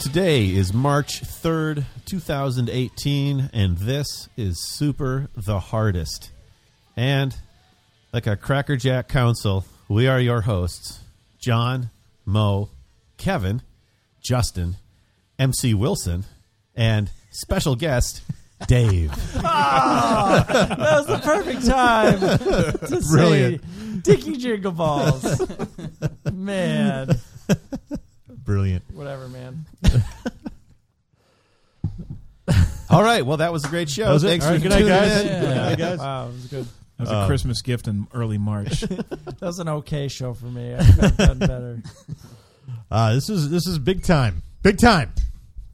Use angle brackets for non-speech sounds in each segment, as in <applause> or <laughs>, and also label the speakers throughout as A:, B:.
A: Today is March 3rd, 2018, and this is Super the Hardest. And like a crackerjack council, we are your hosts John, Mo, Kevin, Justin, MC Wilson, and special guest <laughs> Dave.
B: That was the perfect time to say
A: Brilliant.
B: Dickie Jingle Balls. man.
A: Brilliant.
B: Whatever, man.
A: All right. Well, that was a great show.
C: was it.
A: Thanks
C: All right,
A: for
C: good night,
A: tuning
C: guys.
A: in.
C: Yeah, I guess.
B: Wow, it was good.
C: That was a
A: Uh,
C: Christmas gift in
A: <laughs>
C: early March.
B: That was an okay show for <laughs> me. I could have done better.
D: Uh, this is this is big time, big time,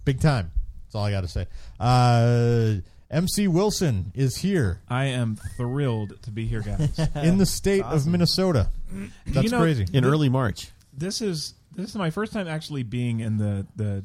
D: big time. That's all I got to say. Uh, MC Wilson is here
C: I am thrilled to be here, guys.
D: in the state of Minnesota. That's
C: You know-
D: crazy.
A: In early March.
C: this is this is my first time actually being in the the.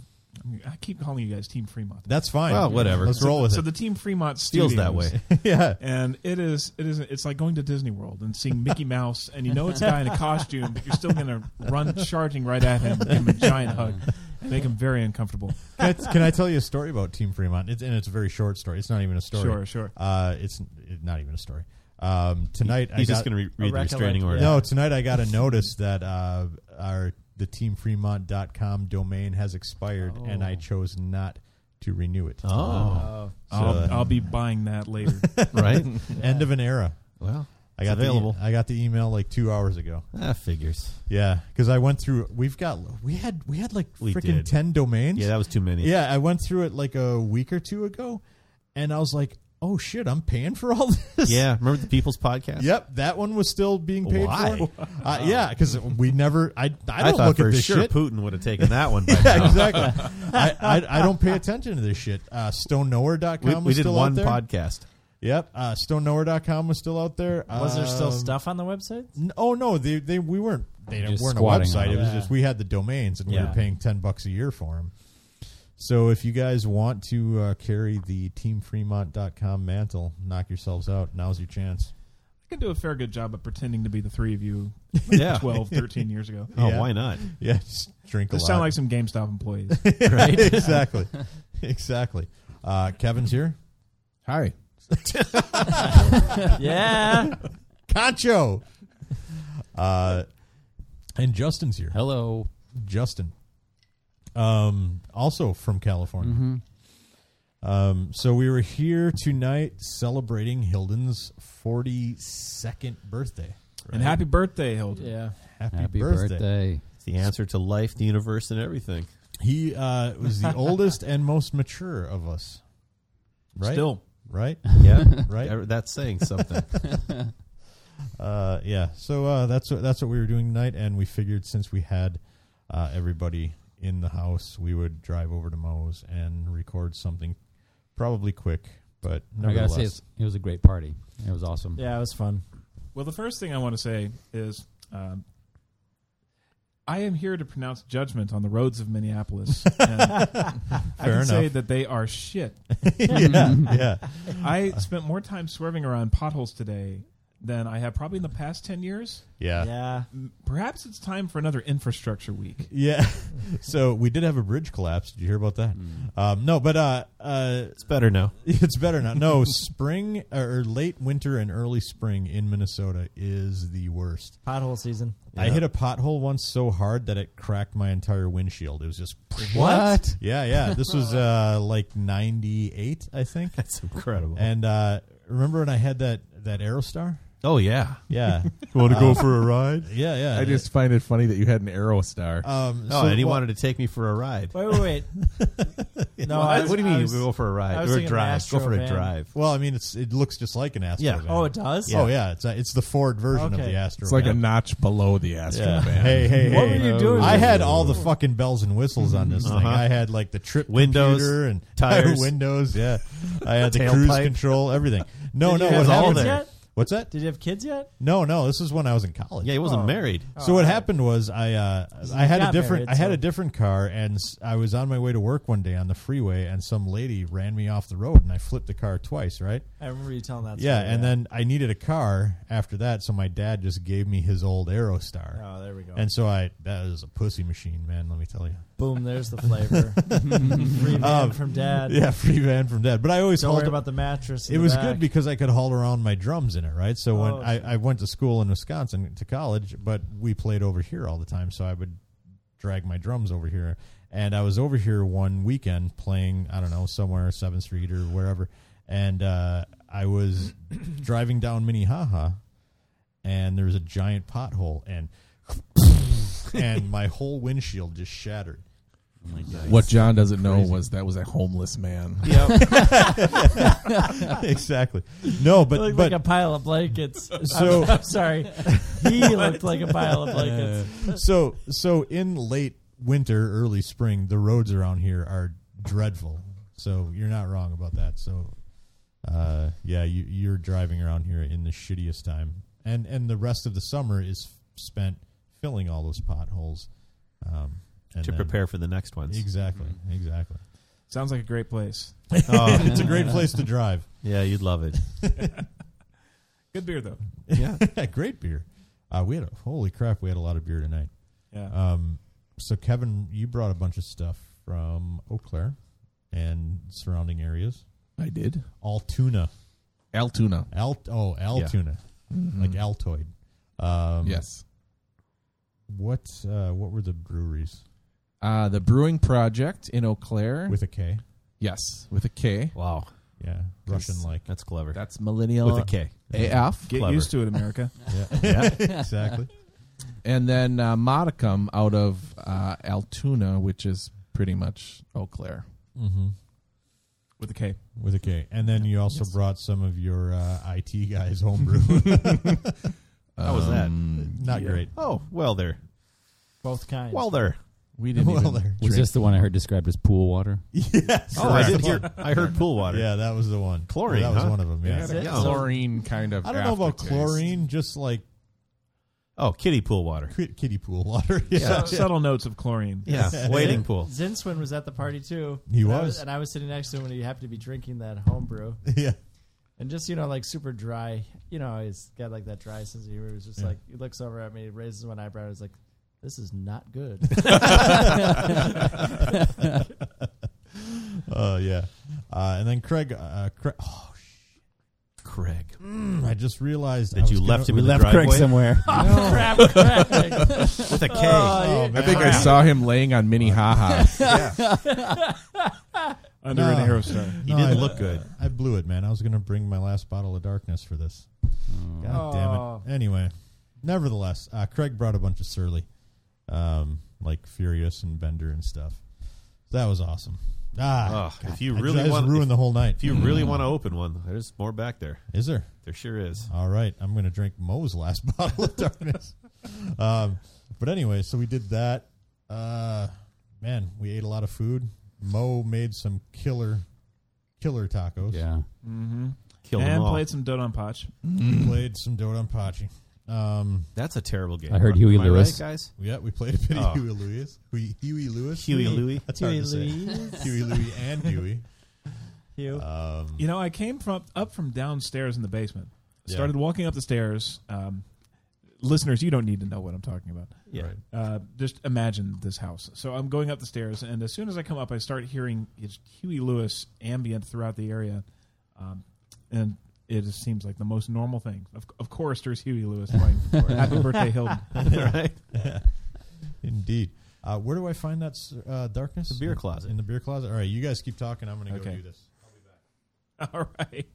C: I keep calling you guys Team Fremont.
D: That's fine.
A: Well, whatever.
D: Let's roll with
C: so
D: it.
C: the Team Fremont
A: Feels
C: studios,
A: that way. <laughs>
D: yeah.
C: And it is it is it's like going to Disney World and
A: <laughs>
C: seeing Mickey Mouse, and you know it's a guy in a costume, but you're still gonna run charging right at him, give him a giant hug, and make him very uncomfortable.
D: Can I, can I tell you a story about Team Fremont? It's, and it's a very short story. It's not even a story.
C: Sure, sure.
D: Uh, it's it's not even a story. Um, tonight, I
A: He's just
D: got-
A: going to re- read the
B: recollect-
A: restraining order.
D: No, tonight I got a notice that uh, our the teamfremont.com domain has expired and
C: Oh.
D: I chose not to renew it.
A: Oh,
C: I'll,
D: that-
C: I'll be buying that later.
A: <laughs> right.
D: End of an era.
A: Well,
D: I got
A: it's available.
D: The, e- I got the email like 2 hours ago.
A: ah, figures.
D: Yeah, cuz I went through we've got we had we had like
A: We
D: freaking
A: did.
D: 10 domains.
A: Yeah, that was too many.
D: Yeah, I went through it like a week or two ago and I was like, "Oh shit, I'm paying for all <laughs> this."
A: Yeah, remember the People's Podcast?
D: Yep, that one was still being paid
A: Why?
D: for. Uh, yeah, because we never. I, I don't
A: I, thought
D: look
A: for
D: at this
A: sure
D: shit.
A: Putin would have taken that one. By
D: yeah,
A: now.
D: exactly. I, I, I don't pay attention to this shit. Uh, StoneKnower.com
A: We,
D: was
A: we did
D: still out
A: one
D: there.
A: podcast.
D: Yep. Uh, StoneKnower.com was still out there.
B: Was there still
D: Um,
B: stuff on the website?
D: n- oh, no. They, they, we weren't. They
E: Just
D: weren't a
E: squatting
D: website.
E: on
D: It was
B: them.
D: just we had the domains and we
B: Yeah.
D: were paying 10 bucks a year for them. So if you guys want to uh, carry the teamfremont.com mantle, knock yourselves out. Now's your chance. <laughs>
C: I can do a fair good job of pretending to be the three of you
A: Yeah.
C: 12, 13 years
A: <laughs>
C: ago.
A: Oh,
D: Yeah.
A: why not?
D: Yeah, just drink a
C: They
D: lot.
C: sound
D: <laughs>
C: like some GameStop employees.
D: exactly. <laughs> exactly. Uh, Kevin's here.
E: Hi.
B: <laughs> Yeah.
D: Concho. Uh, and Justin's here.
E: Hello.
D: Justin. Um, also from California.
E: Mm-hmm.
D: Um, so we were here tonight celebrating Hilden's 42nd birthday.
C: And happy birthday, Hilda.
B: yeah.
D: Happy,
E: Happy
D: birthday.
E: birthday.
A: It's the answer to life, the universe, and everything.
D: He uh, was
E: <laughs>
D: the oldest and most mature of us. Right?
A: Still,
D: Right?
A: yeah,
D: <laughs> Right?
A: Ever- that's saying something.
D: Uh, yeah. So uh, that's what that's what we were doing tonight, and we figured since we had uh, everybody in the house, we would drive over to Moe's and record something, probably quick, but
E: I gotta
D: nevertheless.
E: say, it's, it was a great party. It was awesome.
B: Yeah, it was fun.
C: Well, the first thing I want to say is um, I am here to pronounce judgment on the roads of Minneapolis. And I can
D: Fair
C: say
D: enough.
C: that they are shit.
D: <laughs> yeah, yeah.
C: I spent more time swerving around potholes today than I have probably in the past 10 years.
D: yeah, yeah,
B: Yeah.
C: M- Perhaps it's time for another infrastructure
D: <laughs>
C: week.
D: So we did have a bridge collapse. Did you hear about that? Um, no, but uh, uh,
A: It's better now.
D: <laughs> it's better now. No, spring or late winter and early spring in Minnesota is the worst.
B: Pothole season.
D: I
A: Yeah.
D: hit a pothole once so hard that it cracked my entire windshield. It was just
E: What?
D: <laughs> Yeah, yeah. This
F: <laughs>
D: was uh, like '98, I think.
A: That's incredible.
D: And uh, remember when I had that that Aerostar?
A: oh yeah,
F: <laughs>
D: Yeah,
F: Want to go for a ride?
D: yeah, yeah.
F: I just find it funny that you had an arrow star.
D: um,
A: <laughs> oh,
D: so
A: and he
D: wha-
A: wanted to take me for a ride.
B: Wait, wait, wait. No,
A: Well,
B: I
A: what
B: was-
A: do you mean
B: I
A: you
B: was-
A: go for a
B: I
A: ride
B: was
A: or a
B: thinking of an
A: drive? Go for a
B: Astrovan.
A: drive.
D: Well, I mean, it's it looks just like an Astro.
A: Yeah.
D: van.
B: Oh, it does?
D: Oh yeah, it's a, it's the Ford version of
B: Okay.
D: the Astro.
F: It's like a
D: van.
F: notch below the Astro
D: yeah.
F: van.
D: Hey, hey, hey!
B: What were you doing?
D: I had all the fucking bells and whistles on this thing.
A: Uh-huh.
D: I had like the trip
A: Windows,
D: computer and <laughs>
A: tires.
D: windows. Yeah, I had the cruise
A: Tailpipe.
D: control, everything. No,
B: Did
D: no,
B: you have
D: what
B: headlights
D: happened?
B: yet?
D: What's that?
B: Did you have kids yet?
D: No, no. This is when I was in college.
A: Yeah, he wasn't
B: Oh.
A: married.
D: So what happened was I uh, I had a
B: got
D: different
B: married,
D: I had
B: so-
D: a different car and s- I was on my way to work one day on the freeway and some lady ran me off the road and I flipped the car twice right
B: I remember you telling that.
D: yeah
B: story,
D: and then I needed a car after that so my dad just gave me his old Aerostar
B: oh, there we go.
D: and so I that is a pussy machine man let me tell you
B: Boom, there's the
D: <laughs>
B: flavor. Free man
D: Um,
B: from dad.
D: yeah <laughs> free van from dad but I always
B: Don't
D: hauled
B: worry about the mattress. in
D: it
B: the
D: was
B: back.
D: good because I could haul around my drums in it, right? So when
B: Oh, sure.
D: I, I went to school in Wisconsin to college, but we played over here all the time, so I would drag my drums over here. And I was over here one weekend playing, I don't know, somewhere Seventh Street or wherever, and uh,
B: <coughs>
D: I was driving down Minnehaha, and there was a giant pothole, and <laughs> and my whole windshield just shattered.
F: What John doesn't know
D: Crazy.
F: was that was a homeless man.
B: <laughs>
D: exactly. No,
B: He
D: but
B: looked
D: but <laughs>
B: like a pile of blankets.
D: So- Uh,
B: I'm, I'm <laughs> sorry, he looked like a pile of blankets.
D: so so in late winter, early spring, the roads around here are dreadful. So you're not wrong about that. So uh, yeah, you, you're driving around here in the shittiest time, and and the rest of the summer is spent filling all those potholes um, and
A: to
D: then-
A: prepare for the Mm-hmm. next ones.
D: Exactly,
B: <laughs>
D: exactly.
C: Sounds like a great place.
A: oh,
D: It's a great place to drive.
A: yeah, you'd love it.
C: Good beer though.
A: Yeah.
D: <laughs> great beer. Uh, we had a, holy crap, we had a lot of beer tonight.
C: Yeah.
D: Um, so Kevin, you brought a bunch of stuff from Eau Claire and surrounding areas.
F: I did.
D: Altoona,
F: Altoona.
D: Al oh Altoona, like Altoid. Um,
F: Mm-hmm. yes.
D: What uh, what were the breweries
F: Uh, the Brewing Project in Eau Claire.
D: with a K?
F: yes, with a K.
A: Wow.
D: Yeah, Russian
A: <laughs>
D: like.
A: That's clever.
F: That's millennial
A: With a K.
F: AF.
C: Get
A: clever.
C: used to it, America.
D: Yeah, yeah, <laughs> exactly.
F: And then uh, Modicum out of uh, Altoona, which is pretty much Eau Claire.
D: Mm-hmm.
C: With a K.
D: With a K, and then you also brought some of your uh, IT guys homebrew. <laughs>
A: How was that?
F: Um,
D: Not great.
A: Oh, well there.
B: Both kinds.
A: Well there.
F: We didn't
D: <laughs> Well,
F: even
D: there.
E: Was
F: drink.
E: this the one I heard described as pool water?
D: <laughs> Yes.
A: Oh, I did hear <laughs> I heard pool water.
D: Yeah, that was the one.
A: Chlorine,
D: that was
A: huh?
D: one of them. Yeah.
B: That's it.
A: Yeah.
B: So-
F: <laughs> chlorine kind of.
D: I don't know about
F: aftertaste.
D: chlorine, just like
A: Oh, kitty pool water.
D: Kid- kiddie pool water. <laughs>
A: Yeah.
C: Subtle notes of chlorine.
A: Yeah, wading pool.
B: Zinswin was at the party too.
D: He
B: And I
D: was.
B: and I was sitting next to him when he happened to be drinking that homebrew,
D: yeah.
B: and just you know, like super dry. You know, he's got like that dry sense of humor. He was just
D: Yeah.
B: like, he looks over at me, raises one eyebrow, and is like, "This is not good."
D: Uh, yeah. Uh, and then Craig, uh, Craig <sighs> oh,
A: Craig.
D: mm, I just realized I
A: That you
D: was gonna-
A: left him in the driveway
E: somewhere.
B: <laughs> Oh, crap,
D: <laughs>
B: crap.
A: with a K.
D: Oh, man.
F: I think I saw him laying on Minnehaha.
C: Under
D: No.
C: an Aerostar.
D: <laughs>
A: he
D: No,
A: didn't
D: I-
A: look good.
D: I blew it, man. I was going to bring my last bottle of darkness for this. God
B: Oh.
D: damn it. Anyway, nevertheless, uh, Craig brought a bunch of Surly, um, like Furious and Bender and stuff. That was awesome. Ah,
A: Ugh, if you
D: I
A: really
D: just
A: want,
D: ruined
A: if,
D: the whole night.
A: if you really want to open one, there's more back there.
D: Is there?
A: There sure is.
D: All right, I'm going to drink Moe's last <laughs> bottle of darkness. Um, but anyway, so we did that. Uh, man, we ate a lot of food. Mo made some killer, killer tacos.
E: Yeah.
C: Mm-hmm.
A: Kill them
C: and
A: all.
C: played some Dodon Potch.
D: We played some Dodon Pachi. Um,
A: That's a terrible game.
E: I heard
A: Am
E: Huey
A: right,
E: Lewis.
A: guys.
D: yeah, we played a bit
A: Oh.
D: of Huey Lewis. Huey, <laughs> Huey Lewis.
A: Huey Louie.
D: That's
B: Huey
D: hard to say. Huey Louie
A: <laughs>
D: and Huey.
B: Hugh.
D: Um,
C: You know, I came from up from downstairs in the basement.
D: Yeah.
C: Started walking up the stairs. Um, listeners, you don't need to know what I'm talking about.
A: Yeah.
D: Right.
C: Uh, just imagine this house. So I'm going up the stairs, and as soon as I come up, I start hearing it's Huey Lewis ambient throughout the area, um, and it just seems like the most normal thing. Of, of course, there's Huey Lewis playing.
A: <laughs>
C: Happy birthday, Hilton. <laughs>
A: right?
D: <laughs> Indeed. Uh, where do I find that s- uh, darkness?
A: The beer closet.
D: In the beer closet. All right, you guys keep talking. I'm going to
C: Okay.
D: go do this.
C: All right.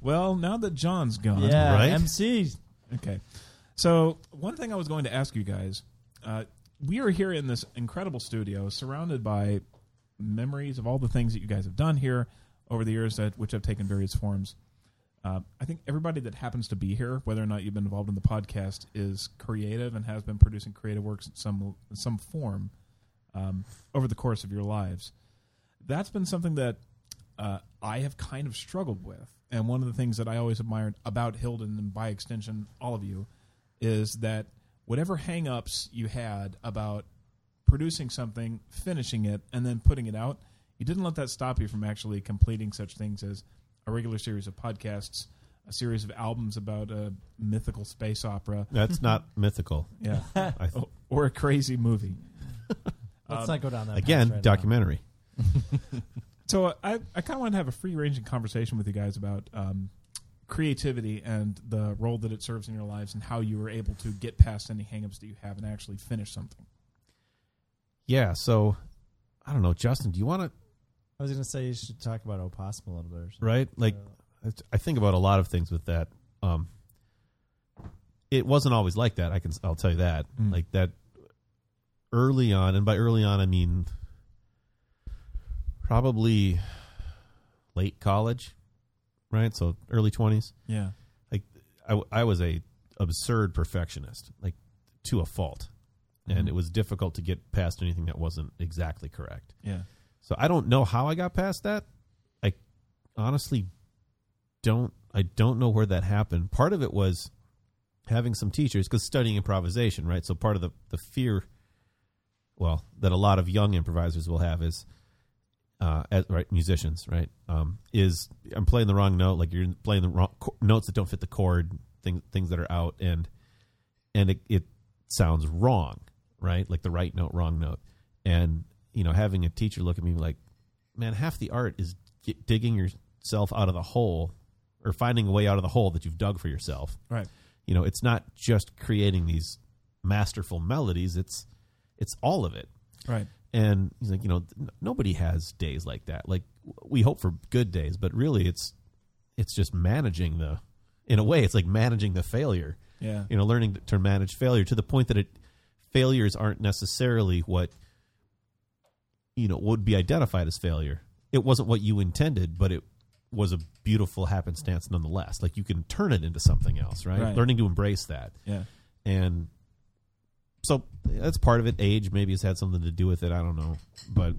C: Well, now that John's gone,
B: yeah,
A: right?
B: MC.
C: Okay. So, one thing I was going to ask you guys uh, we are here in this incredible studio surrounded by memories of all the things that you guys have done here over the years, that, which have taken various forms. Uh, I think everybody that happens to be here, whether or not you've been involved in the podcast, is creative and has been producing creative works in some, in some form um, over the course of your lives. That's been something that uh, I have kind of struggled with. And one of the things that I always admired about Hilden and by extension all of you is that whatever hang-ups you had about producing something, finishing it, and then putting it out, you didn't let that stop you from actually completing such things as a regular series of podcasts, a series of albums about a mythical space opera,
A: <laughs> That's not mythical.
C: yeah,
A: I,
C: <laughs> o- or a crazy <laughs> movie.
B: <laughs> Let's
C: Um,
B: not go down that
A: again,
B: path right now.
A: documentary.
C: So uh, I, I kind of want to have a free ranging conversation with you guys about um, creativity and the role that it serves in your lives and how you were able to get past any hangups that you have and actually finish something.
A: Yeah. So I don't know, Justin. Do you want to
B: I was gonna say you should talk about Opossum a little bit. Or something. Uh,
A: right? Like, it's- I think about a lot of things with that. Um, it wasn't always like that. I can I'll tell you that.
C: Mm.
A: Like that early on, and by early on I mean probably late college, right? So early twenties.
C: Yeah.
A: I, I was a absurd perfectionist, like to a fault, and
C: Mhm.
A: it was difficult to get past anything that wasn't exactly correct.
C: Yeah.
A: So I don't know how I got past that. I honestly don't. I don't know where that happened. Part of it was having some teachers because studying improvisation, right? So part of the the fear, well, that a lot of young improvisers will have is, uh, as, right, musicians, right, um, is I'm playing the wrong note, like you're playing the wrong co- notes that don't fit the chord, things things that are out, and and it, it sounds wrong, right, like the right note, wrong note, and you know having a teacher look at me like, man, half the art is g- digging yourself out of the hole or finding a way out of the hole that you've dug for yourself
C: Right.
A: you know it's not just creating these masterful melodies it's it's all of it
C: Right.
A: and he's like you know n- nobody has days like that like w- we hope for good days but really it's it's just managing the in a way it's like managing the failure
C: Yeah.
A: you know learning to, to manage failure to the point that it failures aren't necessarily what you know would be identified as failure it wasn't what you intended but it was a beautiful happenstance nonetheless like you can turn it into something else right,
C: Right.
A: learning to embrace that
C: Yeah.
A: and so that's part of it age maybe has had something to do with it i don't know but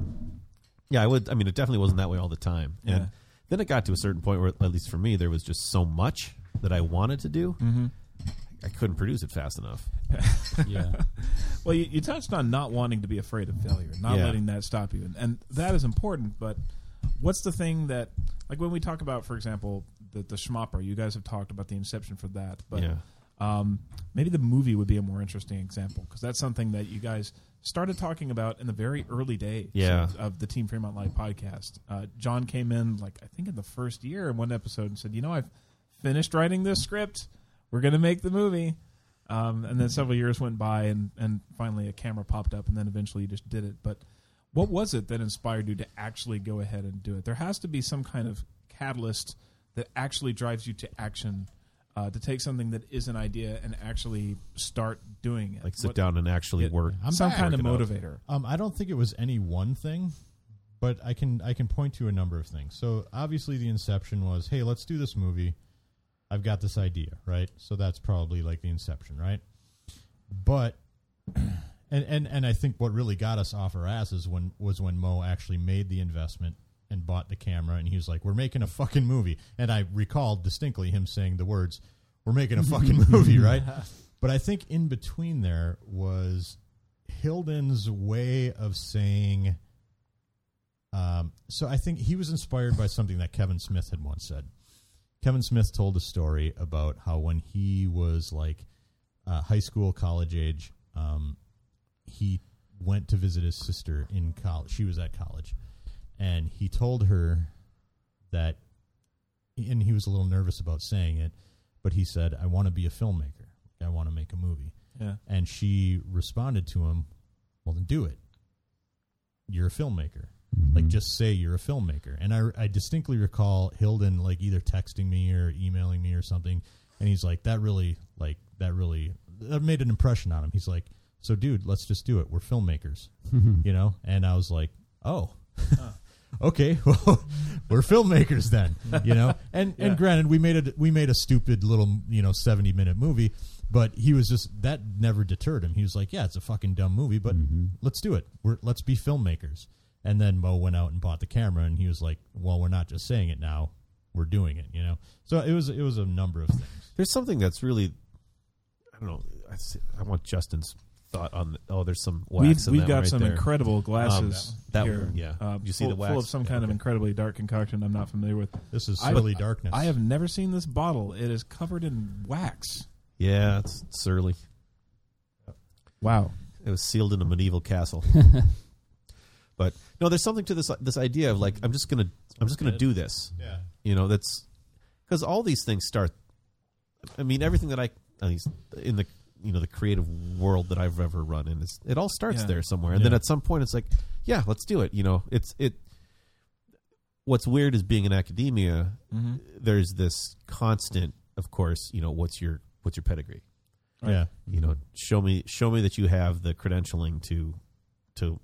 A: yeah i would i mean it definitely wasn't that way all the time and
C: Yeah.
A: then it got to a certain point where at least for me there was just so much that i wanted to do
C: Mm-hmm.
A: i couldn't produce it fast enough
E: Yeah.
C: Well, you, you touched on not wanting to be afraid of failure, not
A: Yeah.
C: letting that stop you, and, and that is important. But what's the thing that, like, when we talk about, for example, the the schmopper, you guys have talked about the inception for that, but
A: yeah
C: um, maybe the movie would be a more interesting example because that's something that you guys started talking about in the very early days
A: Yeah.
C: of, of the Team Fremont Live podcast. Uh, John came in like I think in the first year in one episode and said, "You know, I've finished writing this script. We're going to make the movie." Um, and then several years went by, and and finally a camera popped up, and then eventually you just did it. But what was it that inspired you to actually go ahead and do it? There has to be some kind of catalyst that actually drives you to action, uh, to take something that is an idea and actually start doing it.
A: like sit
C: What-
A: down and actually
C: Yeah.
A: work
D: I'm
C: some
D: back.
C: kind of
A: Work it
C: motivator.
D: Um, I don't think it was any one thing, but I can I can point to a number of things. So obviously the inception was, hey, let's do this movie. I've got this idea, right? So that's probably like the inception, right? But <clears throat> and and and I think what really got us off our asses when was when Mo actually made the investment and bought the camera and he was like, "We're making a fucking movie." And I recall distinctly him saying the words, "We're making a fucking movie," right? But I think in between there was Hilden's way of saying. Um, so I think he was inspired by something that Kevin Smith had once said. Kevin Smith told a story about how when he was like uh, high school, college age, um, he went to visit his sister in college. She was at college, and he told her that, and he was a little nervous about saying it, but he said, "I want to be a filmmaker. I want to make a movie."
C: Yeah,
D: And she responded to him, "Well, then do it. You're a filmmaker. Like just say you're a filmmaker." And I, I distinctly recall Hilden like either texting me or emailing me or something, and he's like, "That really, like that really, that made an impression on him." He's like, "So, dude, let's just do it. We're filmmakers, you know." And I was like, "Oh." <laughs> Okay, well, we're filmmakers then, you know. And
C: Yeah.
D: and granted, we made a we made a stupid little you know seventy minute movie, but he was just that never deterred him. He was like, "Yeah, it's a fucking dumb movie, but let's do it. We're let's be filmmakers." And then Mo went out and bought the camera, and he was like, "Well, we're not just saying it now; we're doing it." You know. So it was it was a number of things.
A: There's something that's really, I don't know. I, see- I want Justin's thought on. The, oh, there's some wax.
C: We've,
A: in
C: we've
A: that
C: got
A: one right
C: some
A: there.
C: incredible glasses
A: Um, that
C: here.
A: one, yeah.
C: uh,
A: You see
C: full,
A: the wax?
C: full of some
A: Yeah,
C: kind of
A: okay.
C: incredibly dark concoction I'm not familiar with.
D: This is
C: I-
D: silly darkness.
C: I have never seen this bottle. It is covered in wax.
A: Yeah, it's surly.
F: Wow.
A: It was sealed in a medieval castle. but no, there's something to this this idea of like I'm just gonna I'm just gonna do this.
D: yeah.
A: You know, that's because all these things start. I mean, everything that I at least in the you know the creative world that I've ever run in is it all starts
C: Yeah.
A: there somewhere, and then
D: Yeah.
A: at some point it's like, yeah, let's do it. You know, it's it. What's weird is being in academia.
C: Mhm.
A: There's this constant, of course. You know, what's your what's your pedigree?
D: Yeah.
A: you know show me show me that you have the credentialing to to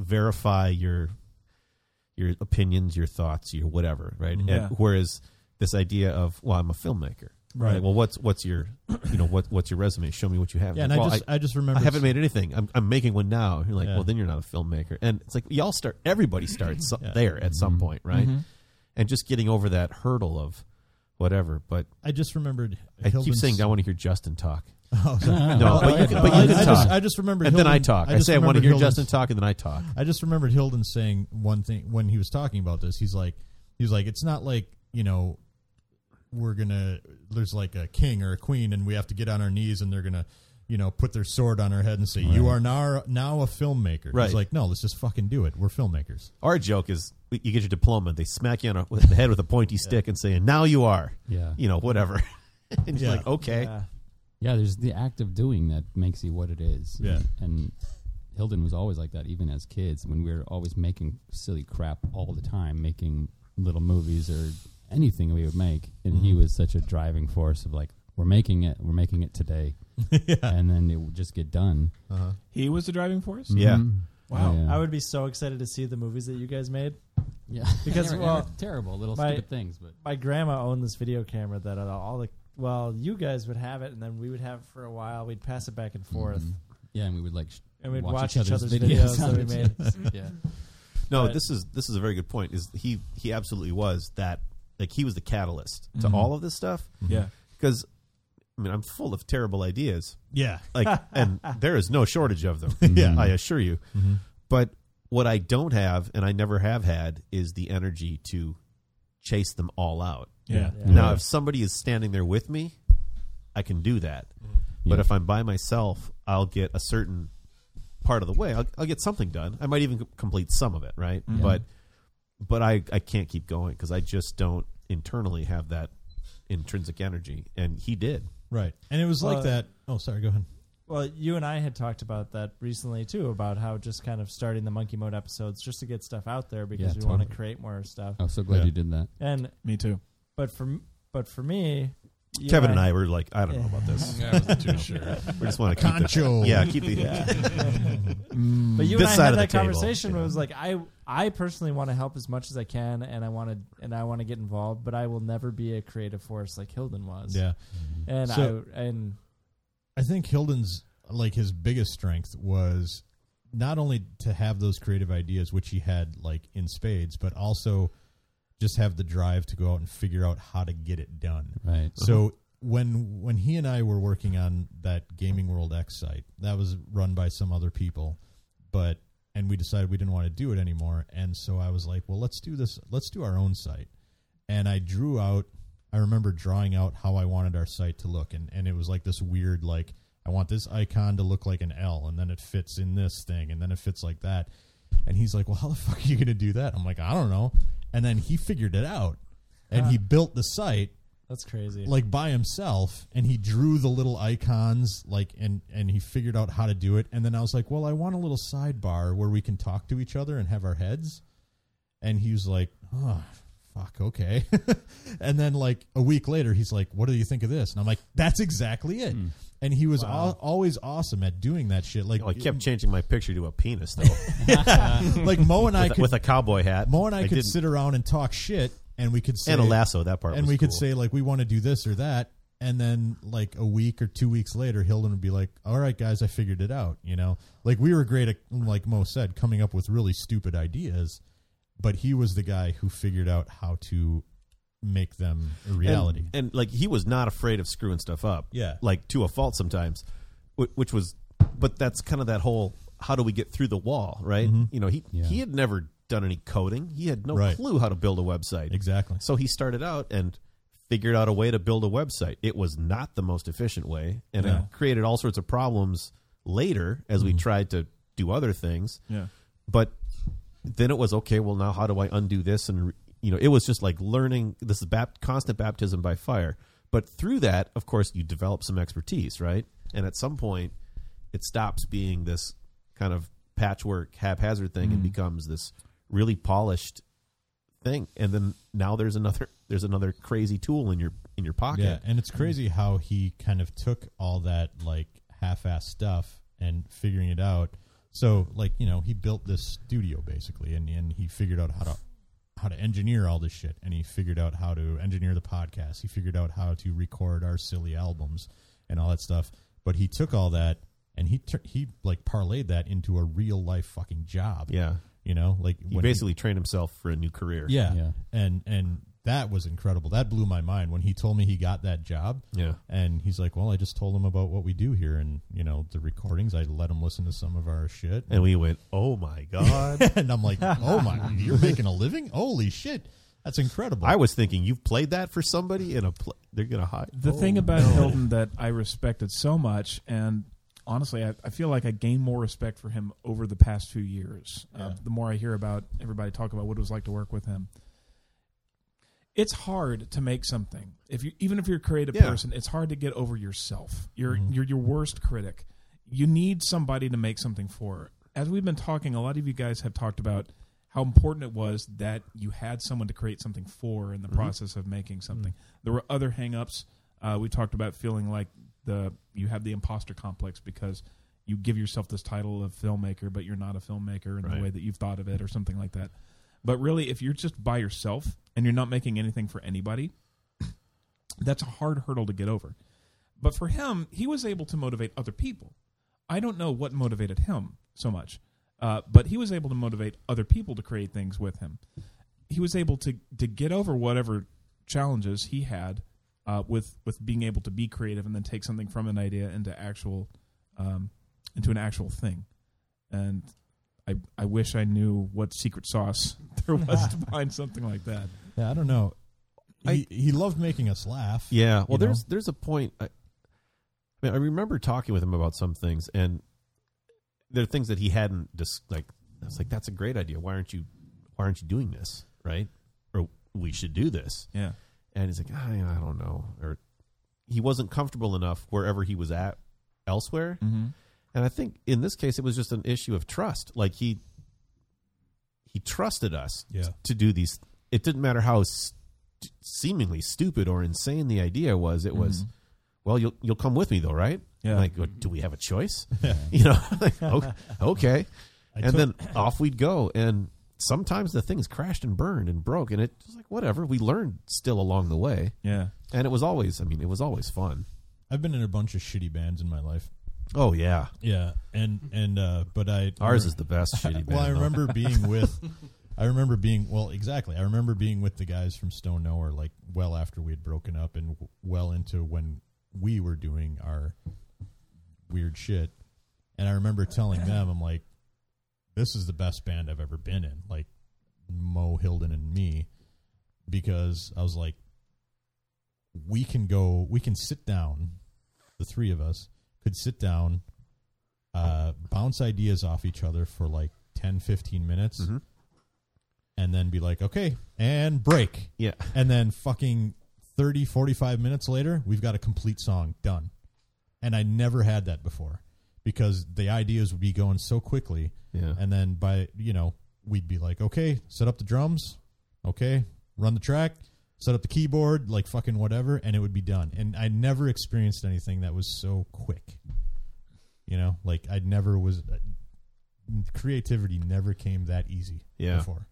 A: verify your your opinions your thoughts your whatever right And
C: Yeah.
A: whereas this idea of well i'm a filmmaker
D: Right.
A: well what's what's your you know what what's your resume show me what you have
D: Yeah, and
A: well,
D: I just I, just
A: I,
D: remember
A: haven't made anything i'm, I'm making one now you're like
D: Yeah.
A: well then you're not a filmmaker and it's like y'all start
D: <laughs>
A: everybody starts so-
D: Yeah.
A: there at some
E: Mhm.
A: point right
C: Mhm.
A: and just getting over that hurdle of whatever but
D: I just remembered.
A: i keep
D: Hilden's-
A: saying i want to hear justin talk
D: <laughs> Oh, sorry.
A: <laughs> no but you can, but
D: I,
A: you can
D: I
A: talk
D: just I just remembered.
A: and then I
D: Hilden-
A: talk. I,
D: just
A: say I want to
D: remembered
A: hear
D: Hilden's-
A: Justin talk, and then I talk.
D: I just remembered Hilden saying one thing when he was talking about this. He's like, he's like, it's not like you know, we're gonna there's like a king or a queen, and we have to get on our knees, and they're gonna, you know, put their sword on our head and say, you are now now a filmmaker.
A: Right.
D: He's like, no, let's just fucking do it. We're filmmakers.
A: Our joke is you get your diploma, they smack you on a, with the head with a pointy stick and say, and now you are,
E: Yeah.
A: you know, whatever. <laughs> and you're
D: Yeah.
A: like, okay.
B: Yeah.
E: Yeah, there's the act of doing that makes you what it is.
D: Yeah.
E: And, and Hilden was always like that, even as kids, when we were always making silly crap all the time, making little movies or anything we would make. And he was such a driving force of like, we're making it, we're making it today. And then it would just get done.
D: Uh-huh.
C: He was the driving force.
A: Yeah.
E: Mhm.
C: Wow.
E: Yeah.
B: I would be so excited to see the movies that you guys made.
E: Yeah.
B: <laughs> Because,
E: <laughs> They were- they
B: well,
E: were terrible little
B: my-
E: stupid things, but
B: My grandma owned this video camera that had all the well, you guys would have it, and then we would have it for a while. We'd pass it back and forth,
E: Mhm. yeah, and we would like sh-
B: and we'd
E: watch,
B: watch, each other's,
E: videos,
B: videos, that we made. <laughs>
E: made. yeah.
A: No,
B: But-
A: this is this is a very good point. Is he he absolutely was that like he was the catalyst to all of this stuff
C: Yeah.
A: because I mean I'm full of terrible ideas
D: Yeah,
A: like and there is no shortage of them.
E: Yeah.
A: I assure you. But what I don't have and I never have had is the energy to chase them all out.
C: Yeah.
B: Yeah.
A: Now, if somebody is standing there with me, I can do that. But
E: Yeah.
A: if I'm by myself, I'll get a certain part of the way. I'll, I'll get something done. I might even c- complete some of it, right? Mm-hmm.
C: Mm-hmm.
A: But but I I can't keep going because I just don't internally have that intrinsic energy, and he did.
D: right. And it was
B: Uh,
D: like that. Oh, sorry. Go ahead.
B: Well, you and I had talked about that recently too, about how just kind of starting the monkey mode episodes just to get stuff out there because
E: Yeah,
B: we want to
E: totally.
B: create more stuff.
E: I'm oh, so glad
D: Yeah.
E: you did that.
B: And
C: Me too.
B: but for m- but for me, you
A: Kevin and I were like, I don't know
B: Yeah.
A: about this.
F: <laughs> Yeah, I wasn't too sure.
A: <laughs> We just want to keep the,
D: Concho.
A: yeah, keep
D: <laughs>
A: the <laughs>
F: Mm.
B: But you
A: This
B: and I
A: side
B: had
A: of the
B: that
A: table,
B: conversation.
A: you
B: where
A: know.
B: It was like I I personally want to help as much as I can, and I want to and I want to get involved, but I will never be a creative force like Hilden was.
D: Yeah.
B: and
D: So-
B: I and
D: I think Hilden's like his biggest strength was not only to have those creative ideas which he had like in spades, but also just have the drive to go out and figure out how to get it done.
E: Right.
D: So when when he and I were working on that Gaming World X site, that was run by some other people, but and we decided we didn't want to do it anymore, and so I was like, well, let's do this. Let's do our own site. And I drew out. I remember drawing out how I wanted our site to look, and and it was like this weird like. I want this icon to look like an L, and then it fits in this thing, and then it fits like that. And he's like, "Well, how the <laughs> fuck are you gonna do that?" I'm like, "I don't know." And then he figured it out, and he built the site,
B: that's crazy.
D: like by himself and he drew the little icons like and and he figured out how to do it and then i was like well i want a little sidebar where we can talk to each other and have our heads and he was like oh fuck okay <laughs> and then like a week later he's like what do you think of this and i'm like that's exactly
A: Hmm.
D: it and he was al- always awesome at doing that shit like
A: Oh, I kept changing my picture to a penis though, with,
D: <laughs> like mo and i
A: a-
D: could
A: with a cowboy hat.
D: mo and i, could
A: didn't-
D: sit around and talk shit and we could say
A: and a lasso. That part
D: and
A: was
D: we could
A: cool.
D: say like we want to do this or that and then like a week or two weeks later, Hilden would be like, "All right, guys, I figured it out." You know, like we were great at, like Mo said, coming up with really stupid ideas, but he was the guy who figured out how to make them a reality.
A: And, and, like he was not afraid of screwing stuff up.
D: Yeah.
A: Like to a fault sometimes, whi- which was, but that's kind of that whole how do we get through the wall, right? You know, he
E: Yeah.
A: he had never done any coding. He had no
D: Mm-hmm. Right.
A: clue how to build a website.
D: exactly.
A: So he started out and figured out a way to build a website. It was not the most efficient way, and
C: No.
A: it created all sorts of problems later as
D: Mm-hmm.
A: we tried to do other things.
C: Yeah.
A: But then it was okay. Well, now how do I undo this? And you know, it was just like learning. This is bap- constant baptism by fire. But through that, of course, you develop some expertise, right? And at some point, it stops being this kind of patchwork, haphazard thing, and becomes this really polished thing. And then now there's another there's another crazy tool in your in your pocket.
D: Yeah, and it's crazy how he kind of took all that like half-ass stuff and figuring it out. So like you know he built this studio basically, and and he figured out how to how to engineer all this shit, and he figured out how to engineer the podcast. He figured out how to record our silly albums and all that stuff. But he took all that and he tur- he like parlayed that into a real life fucking job.
A: yeah.
D: you know, like
A: He basically trained himself for a new career.
D: yeah,
E: Yeah.
D: and and that was incredible. That blew my mind when he told me he got that job.
A: Yeah.
D: And he's like, "Well, I just told him about what we do here, and you know the recordings. I let him listen to some of our shit,
A: And we went, oh my god.
D: <laughs> and I'm like, oh my, you're making a living? Holy shit, that's incredible!"
A: I was thinking you've played that for somebody in a pl- they're gonna hide.
C: The thing about Hilton that I respected so much, and honestly, I, I feel like I gained more respect for him over the past few years. Uh,
D: Yeah.
C: the more I hear about everybody talk about what it was like to work with him, it's hard to make something. If you, even if you're a creative
A: Yeah.
C: person, it's hard to get over yourself. You're you're your worst critic. You need somebody to make something for. As we've been talking, a lot of you guys have talked about how important it was that you had someone to create something for in the process of making something. There were other hangups. Uh, we talked about feeling like the you have the imposter complex because you give yourself this title of filmmaker, but you're not a filmmaker in
A: Right.
C: the way that you've thought of it, or something like that. But really, if you're just by yourself and you're not making anything for anybody, <coughs> that's a hard hurdle to get over. But for him, he was able to motivate other people. I don't know what motivated him so much, uh, but he was able to motivate other people to create things with him. He was able to to get over whatever challenges he had uh, with with being able to be creative and then take something from an idea into actual um, into an actual thing. And I I wish I knew what secret sauce <laughs> there was to find something like that.
D: yeah, I don't know. He, he loved making us laugh.
A: Yeah. Well,
D: You know?
A: there's there's a point. I, I mean, I remember talking with him about some things, and there are things that he hadn't just like. I was like, "That's a great idea. Why aren't you Why aren't you doing this? Right? Or we should do this."
C: Yeah.
A: And he's like, "I, I don't know." Or he wasn't comfortable enough wherever he was at elsewhere.
C: Mm-hmm.
A: And I think in this case, it was just an issue of trust. Like he he trusted us
D: Yeah.
A: to do these. It didn't matter how st- seemingly stupid or insane the idea was. It was,
D: Mm-hmm.
A: well, you'll you'll come with me though, right?
C: Yeah.
A: Like, "Well, do we have a
D: <laughs>
A: choice? <laughs> You know, like, okay, okay.
D: I
A: and
D: took-
A: then off we'd go. And sometimes the things crashed and burned and broke, and it's like whatever. We learned still along the way,
C: Yeah.
A: and it was always. I mean, it was always fun.
D: I've been in a bunch of shitty bands in my life.
A: Oh yeah,
D: Yeah, and and uh, but I
A: ours is the best shitty band.
D: <laughs> well, I
A: though.
D: remember being with. I remember being well, exactly. I remember being with the guys from Stone Nowhere, like well after we had broken up, and w- well into when we were doing our weird shit. And I remember telling them, I'm like, "This is the best band I've ever been in." Like Mo Hilden and me, because I was like, "We can go. We can sit down. The three of us could sit down." uh, bounce ideas off each other for like 10, 15 minutes
A: Mhm.
D: and then be like, okay, and break.
A: Yeah.
D: And then fucking 30, 45 minutes later, we've got a complete song done. And I never had that before because the ideas would be going so quickly.
A: Yeah.
D: And then by, you know, we'd be like, okay, set up the drums. Okay, run the track, set up the keyboard, like fucking whatever, and it would be done. And I never experienced anything that was so quick. You know, like I never was uh, creativity never came that easy
A: Yeah.
D: before.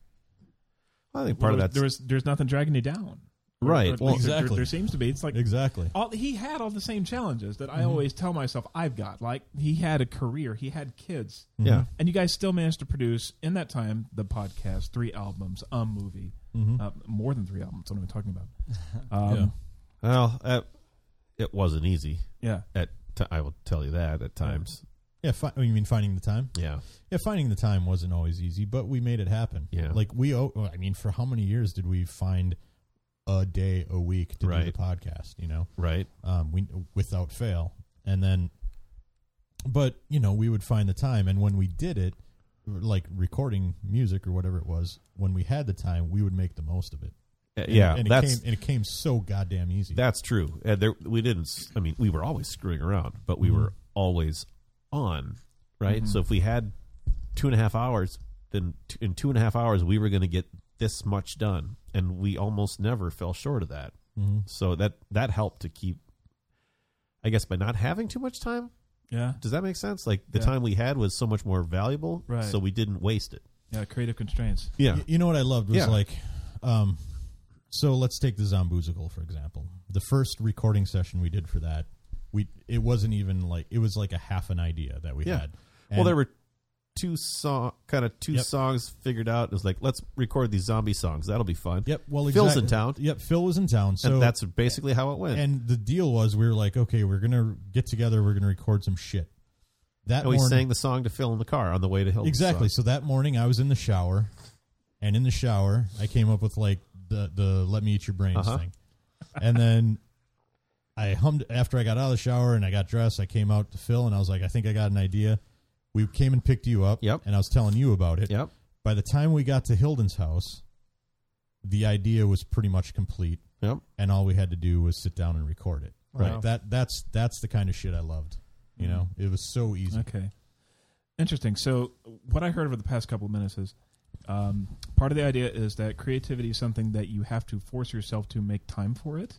A: I think part
C: there
A: of
C: was,
A: that's
C: there was there's nothing dragging you down. Or-
A: Right.
C: or at
A: Well,
C: least there-
D: exactly.
C: There seems to be. It's like
D: Exactly.
C: all, he had all the same challenges that I always tell myself I've got. Like he had a career, he had kids,
D: Mm-hmm.
A: Yeah.
C: and you guys still managed to produce in that time the podcast, three albums, a movie,
D: Mm-hmm.
C: uh, more than three albums. What am I talking about? Um,
A: Well, uh, it wasn't easy.
C: yeah.
A: At t- I will tell you that at times.
D: Yeah. Fi- oh, you mean finding the time?
A: Yeah.
D: Yeah, finding the time wasn't always easy, but we made it happen.
A: Yeah.
D: Like we, o- well, I mean, for how many years did we find a day a week to do the
A: Right.
D: podcast? You know,
A: Right.
D: um, we without fail, and then, but you know, we would find the time, and when we did it, like recording music or whatever it was, when we had the time, we would make the most of it.
A: Uh,
D: And-
A: yeah.
D: and it
A: that's
D: came, and it came so goddamn easy.
A: that's true. Uh, there, we didn't. s- I mean, we were always screwing around, but we were always on. Right. So if we had two and a half hours, then t- in two and a half hours we were going to get this much done, and we almost never fell short of that.
D: Mhm.
A: So that that helped to keep. I guess by not having too much time,
C: Yeah,
A: does that make sense? Like the
C: Yeah.
A: time we had was so much more valuable,
C: Right.
A: so we didn't waste it.
C: yeah, creative constraints.
A: Yeah.
D: Y- you know what I loved was
A: Yeah.
D: like, um, so let's take the Zombuzical for example. The first recording session we did for that, we it wasn't even like it was like a half an idea that we
A: Yeah.
D: had.
A: well, there were two song kind of two
D: Yep.
A: songs figured out. It was like let's record these zombie songs. That'll be fun.
D: Yep. Well,
A: Phil's in
D: exact-
A: town.
D: Yep. Phil was in town. So
A: and that's basically how it <laughs> went.
D: and the deal was we were like, okay, we're gonna get together. We're gonna record some shit. That
A: And we
D: morning,
A: sang the song to Phil in the car on the way to Hilton.
D: exactly. So that morning, I was in the shower, and in the shower, I came up with like the the "Let Me Eat Your Brains"
A: Uh-huh.
D: thing, and then I hummed after I got out of the shower and I got dressed. I came out to Phil and I was like, "I think I got an idea." We came and picked you up,
A: Yep.
D: and I was telling you about it.
A: Yep.
D: By the time we got to Hilden's house, the idea was pretty much complete,
A: Yep.
D: and all we had to do was sit down and record it.
B: Wow.
D: Right. That that's that's the kind of shit I loved. You know,
A: Mm-hmm.
D: it was so easy.
C: Okay, interesting. So what I heard over the past couple of minutes is. Um, part of the idea is that creativity is something that you have to force yourself to make time for it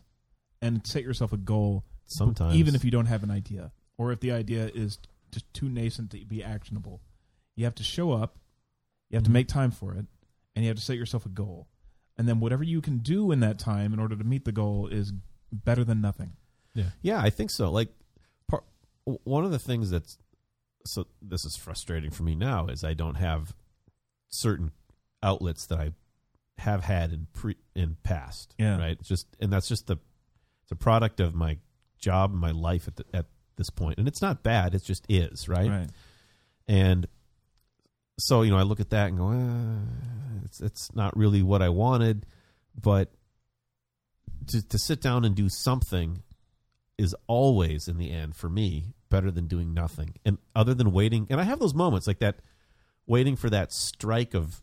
C: and set yourself a goal
A: Sometimes
C: even if you don't have an idea or if the idea is just too nascent to be actionable you have to show up you
A: Mm-hmm.
C: have to make time for it and you have to set yourself a goal and then whatever you can do in that time in order to meet the goal is better than nothing
A: Yeah, I think so. Like, par- w- one of the things that's so this is frustrating for me now is I don't have certain outlets that I have had in pre in past.
C: Yeah.
A: right. It's just and that's just the it's a product of my job, and my life at the, at this point, and it's not bad. It just is right. And so you know, I look at that and go, eh, it's it's not really what I wanted, but to to sit down and do something is always in the end for me better than doing nothing. And other than waiting, and I have those moments like that waiting for that strike of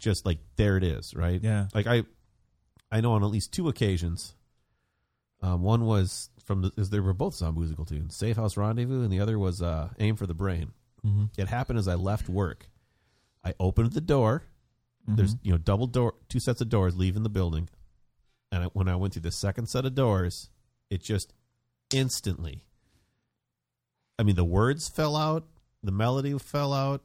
A: just like there it is, right?
C: yeah
A: Like I, I know on at least two occasions. Um, one was from the, is they were both musical tunes, Safe House Rendezvous, and the other was uh, Aim for the Brain.
D: Mm-hmm.
A: It happened as I left work. I opened the door. There's you know double door, two sets of doors leaving the building, and I, when I went through the second set of doors, it just instantly. I mean, the words fell out, the melody fell out.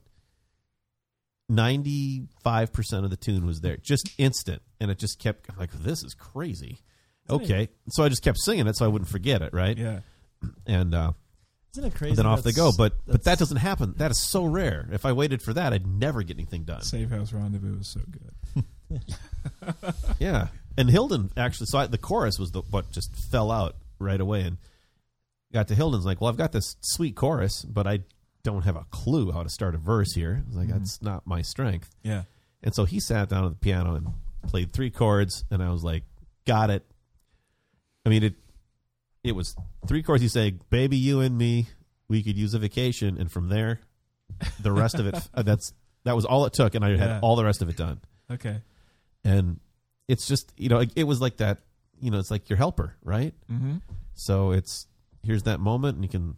A: Ninety-five percent of the tune was there, just instant, and it just kept I'm like this is crazy. Okay, so I just kept singing it so I wouldn't forget it, right?
C: yeah
A: And uh,
B: Isn't it crazy?
A: then off they go.
B: that's-
A: But but that
B: that's-
A: doesn't happen. That is so rare. If I waited for that, I'd never get anything done.
C: safe house rendezvous was so good
A: Yeah, and Hilden actually. So I, the chorus was the what just fell out right away, and got to Hilden's like, well, I've got this sweet chorus, but I don't have a clue how to start a verse here. I was like, that's not my strength.
C: Mm-hmm. yeah
A: And so he sat down at the piano and played three chords, and I was like, "Got it." I mean, it it was three chords. He said, "Baby, you and me, we could use a vacation," and from there, the rest
C: <laughs>
A: of it. uh, That's that was all it took, and I
C: Yeah.
A: had all the rest of it done.
C: okay
A: And it's just you know, it, it was like that. You know, it's like your helper, right?
C: mm-hmm.
A: So it's here's that moment, and you can.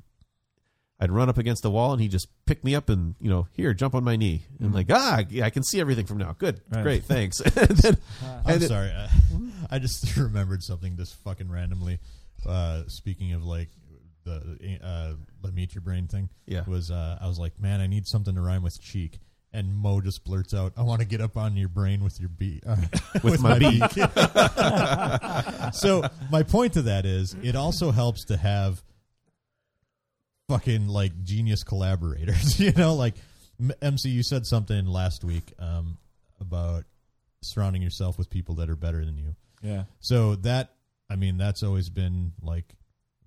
A: I'd run up against the wall, and he just picked me up, and you know, here, jump on my knee, and like, ah, yeah, I can see everything from now. Good,
C: Right.
A: great, thanks. <laughs> and then,
D: I'm
A: and it- Mm-hmm.
D: sorry. <laughs> I, I just <laughs> remembered something just fucking randomly. Uh, speaking of like the uh, let me eat your brain thing
A: Yeah.
D: was uh, I was like, man, I need something to rhyme with cheek, and Mo just blurts out, "I want to get up on your brain with your <laughs> beak, uh,
A: <laughs>
D: with,
A: my
D: <laughs> so my point to that is, it also helps to have fucking like genius collaborators. <laughs> You know, like M- MC, you said something last week um, about surrounding yourself with people that are better than you.
C: Yeah.
D: So that I mean that's always been like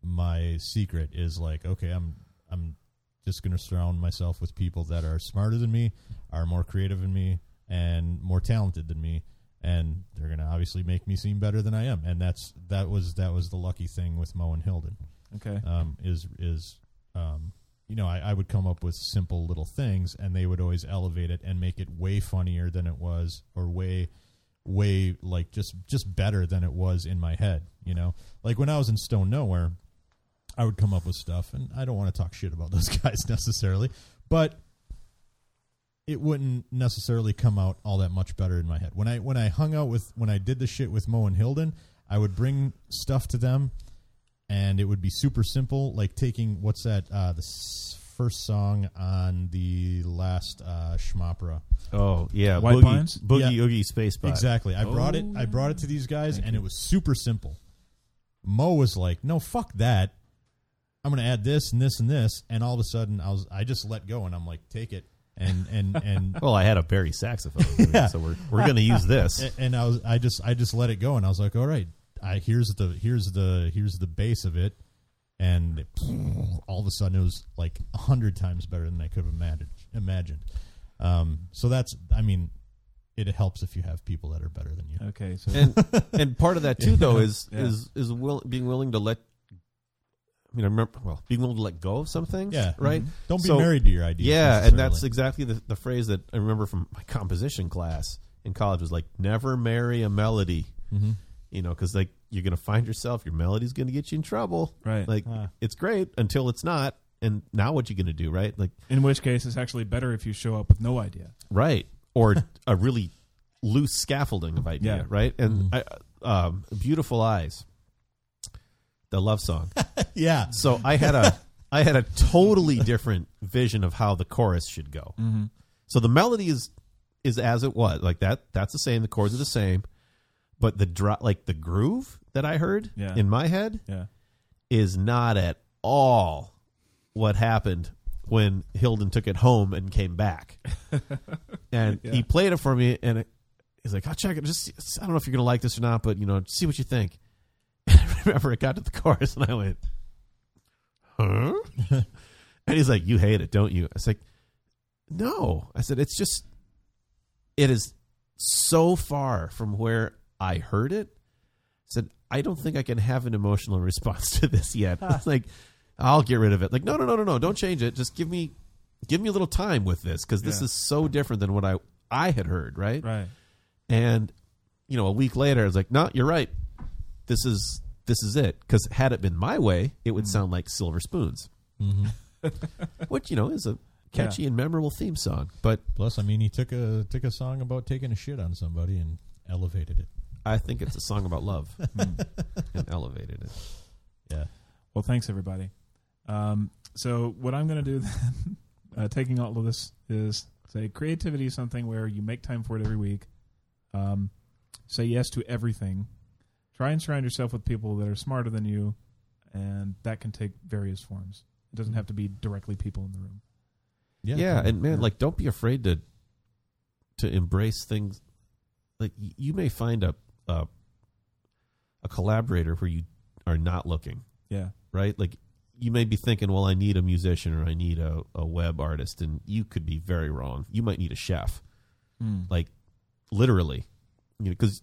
D: my secret is like okay I'm I'm just going to surround myself with people that are smarter than me, are more creative than me and more talented than me and they're going to obviously make me seem better than I am and that's that was that was the lucky thing with Mo and Hilden
C: Okay.
D: um, is is um, you know I, I would come up with simple little things and they would always elevate it and make it way funnier than it was or way way like just just better than it was in my head you know like when i was in stone nowhere i would come up with stuff and i don't want to talk shit about <laughs> those guys necessarily but it wouldn't necessarily come out all that much better in my head when i when i hung out with when i did the shit with mo and hilden i would bring stuff to them and it would be super simple, like taking what's that? Uh, the s- first song on the last uh, Schmopra.
A: Oh yeah,
C: White
A: boogie,
C: Pines?
A: boogie
D: Yeah.
A: oogie space bot.
D: Exactly. I brought it. I brought it to these guys, and it was super simple. Mo was like, "No, fuck that. I'm going to add this and this and this." And all of a sudden, I was I just let go, and I'm like, "Take it." And and and
A: Well, I had a Barry <laughs> saxophone, I mean,
D: Yeah.
A: so we're we're gonna use this.
D: A- and I was I just I just let it go and I was like, all right, I here's the here's the here's the base of it, and it- <sniffs> all of a sudden it was like a hundred times better than I could have imagined. Imagined. Um, so that's I mean, it helps if you have people that are better than you.
C: Okay. So
A: <laughs> and and part of that too though <laughs> is
C: Yeah.
A: is is will, being willing to let I mean I remember well being willing to let go of some things
D: Yeah.
A: right
C: Mm-hmm.
D: Don't be
A: So-
D: married to your ideas.
A: yeah and that's
D: necessarily.
A: exactly the, the phrase that I remember from my composition class in college was like never marry a melody
D: Mhm.
A: you know because like you're gonna find yourself your melody's gonna get you in trouble
C: right.
A: like
B: Ah.
A: it's great until it's not and now what you gonna do right like
C: in which case, it's actually better if you show up with no idea.
A: right or a really loose scaffolding of idea
C: Yeah.
A: right and I, um, beautiful eyes the love song
D: <laughs> yeah.
A: so I had a I had a totally different vision of how the chorus should go.
C: Mm-hmm.
A: So the melody is is as it was, like that. That's the same. The chords are the same, but the dro- like the groove that I heard
C: Yeah.
A: in my head
C: Yeah.
A: is not at all what happened when Hilden took it home and came
C: <laughs>
A: back. and he played it for me, and it, he's like, "I'll check it. Just see- I don't know if you're gonna like this or not, but you know, see what you think." <laughs> And I remember it got to the chorus, and I went, "Huh?" and he's like, "You hate it, don't you?" I was like, "No," I said, "It's just, it is so far from where I heard it." said, I don't think I can have an emotional <laughs> response to this yet. it's like, I'll get rid of it. Like, no, no, no, no, no, don't change it. Just give me give me a little time with this because this
C: Yeah.
A: is so different than what I I had heard, right?
C: Right.
A: And you know, a week later, I was like, no, you're right. This is this is it. Because had it been my way, it would sound like Silver Spoons, Mm-hmm.
D: Mhm.
A: which you know is a catchy and memorable theme song. But
D: Plus, I mean, he took a took a song about taking a shit on somebody and elevated it.
A: I think it's a song about love
D: <laughs>
A: <laughs> and elevated it.
D: Yeah.
C: Well, thanks everybody. Um, so what I'm going to do, <laughs> then, uh, taking all of this, is say creativity is something where you make time for it every week. Um, say yes to everything. Try and surround yourself with people that are smarter than you, and that can take various forms. It doesn't have to be directly people in the room.
A: yeah, and man like don't be afraid to to embrace things like y- you may find a a, a collaborator where you are not looking
C: Yeah.
A: right like you may be thinking well i need a musician or i need a, a web artist and you could be very wrong you might need a chef like literally you know because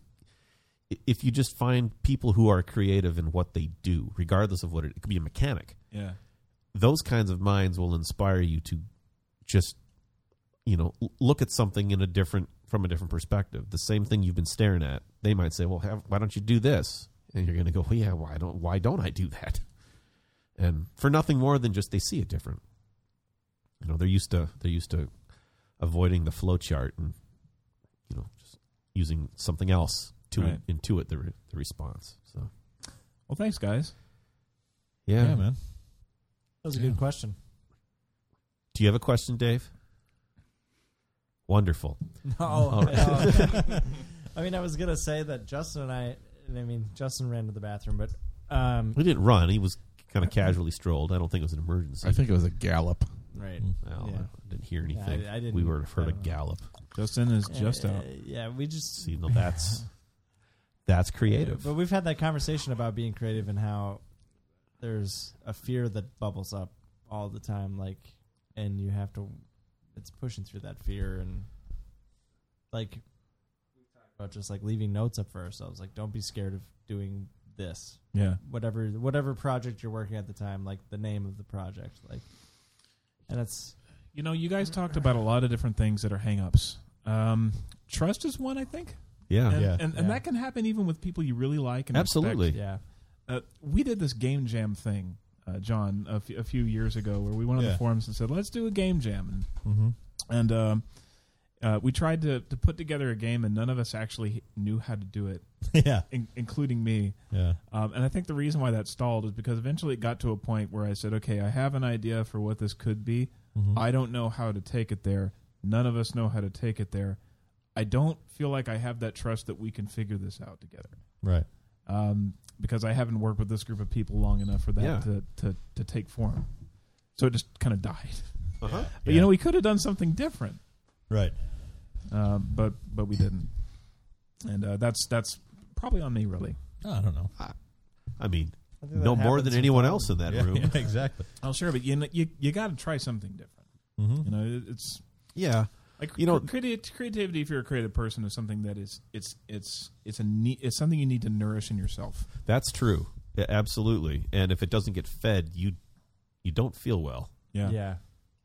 A: if you just find people who are creative in what they do regardless of what it, it could be a mechanic
C: Yeah.
A: those kinds of minds will inspire you to just you know l- look at something in a different from a different perspective the same thing you've been staring at they might say well have, why don't you do this and you're going to go well, yeah why don't why don't i do that <laughs> and for nothing more than just they see it different you know they're used to they're used to avoiding the flow chart and you know just using something else to
C: Right.
A: intuit the, re- the response so
C: Well, thanks guys.
A: yeah.
D: yeah, man.
B: was a
D: Yeah.
B: good question.
A: do you have a question dave Wonderful.
B: <laughs> No,
A: right. Oh.
B: no. <laughs> I mean, I was gonna say that Justin and I. and I mean, Justin ran to the bathroom, but um,
A: We didn't run. He was kind of casually strolled. I don't think it was an emergency.
F: I think it was a <laughs> gallop.
B: right.
A: Well,
B: yeah.
A: I didn't hear
B: Yeah, I-
A: anything.
B: I didn't-
A: we would have heard
B: I
A: a
B: don't know.
A: gallop.
C: Justin is just
B: Uh,
C: out.
B: Yeah, we just
A: See, no, that's that's creative.
B: But we've had that conversation about being creative and how there's a fear that bubbles up all the time, like, and you have to, it's pushing through that fear and, like, about just like leaving notes up for ourselves. Like, don't be scared of doing this,
C: Yeah.
B: whatever, whatever project you're working at the time, like the name of the project, like, and it's
C: You know, you guys talked about a lot of different things that are hangups. Um, trust is one, I think.
A: yeah.
C: And,
D: Yeah.
C: And, and
B: Yeah.
C: that can happen even with people you really like. And
A: Absolutely.
C: respect.
B: yeah,
C: Uh, we did this game jam thing, uh, John, a, f- a few years ago, where we went on
D: Yeah.
C: the forums and said, "Let's do a game jam." And
D: Mm-hmm. <laughs>
C: and um, uh, we tried to, to put together a game, and none of us actually knew how to do it,
D: yeah.
C: in, including me.
D: Yeah.
C: Um, and I think the reason why that stalled is because eventually it got to a point where I said, "Okay, I have an idea for what this could be.
A: Mm-hmm.
D: Mhm.
C: I don't know how to take it there. None of us know how to take it there. I don't feel like I have that trust that we can figure this out together."
D: Right.
C: um, because I haven't worked with this group of people long enough for that
A: Yeah.
C: to, to, to take form. So it just kind of died.
A: Uh-huh.
C: But you know, we could have done something different,
D: Right.
C: uh, but but we didn't, and uh, that's that's probably on me, really.
D: I don't know.
A: I mean,
B: I think
A: no
B: that
A: more
B: happens
A: than
B: with
A: anyone
B: all-
A: else in that
D: Yeah,
B: <laughs>
A: room.
D: <laughs> yeah, exactly.
C: Oh, sure, but you know, you you got to try something different.
D: Mm-hmm.
C: You know, it- it's
A: Yeah.
C: like
A: You know-
C: cre- creati- creativity. If you're a creative person, is something that is it's it's it's a ne- it's something you need to nourish in yourself.
A: That's true. Yeah, absolutely. And if it doesn't get fed, you you don't feel well.
B: yeah,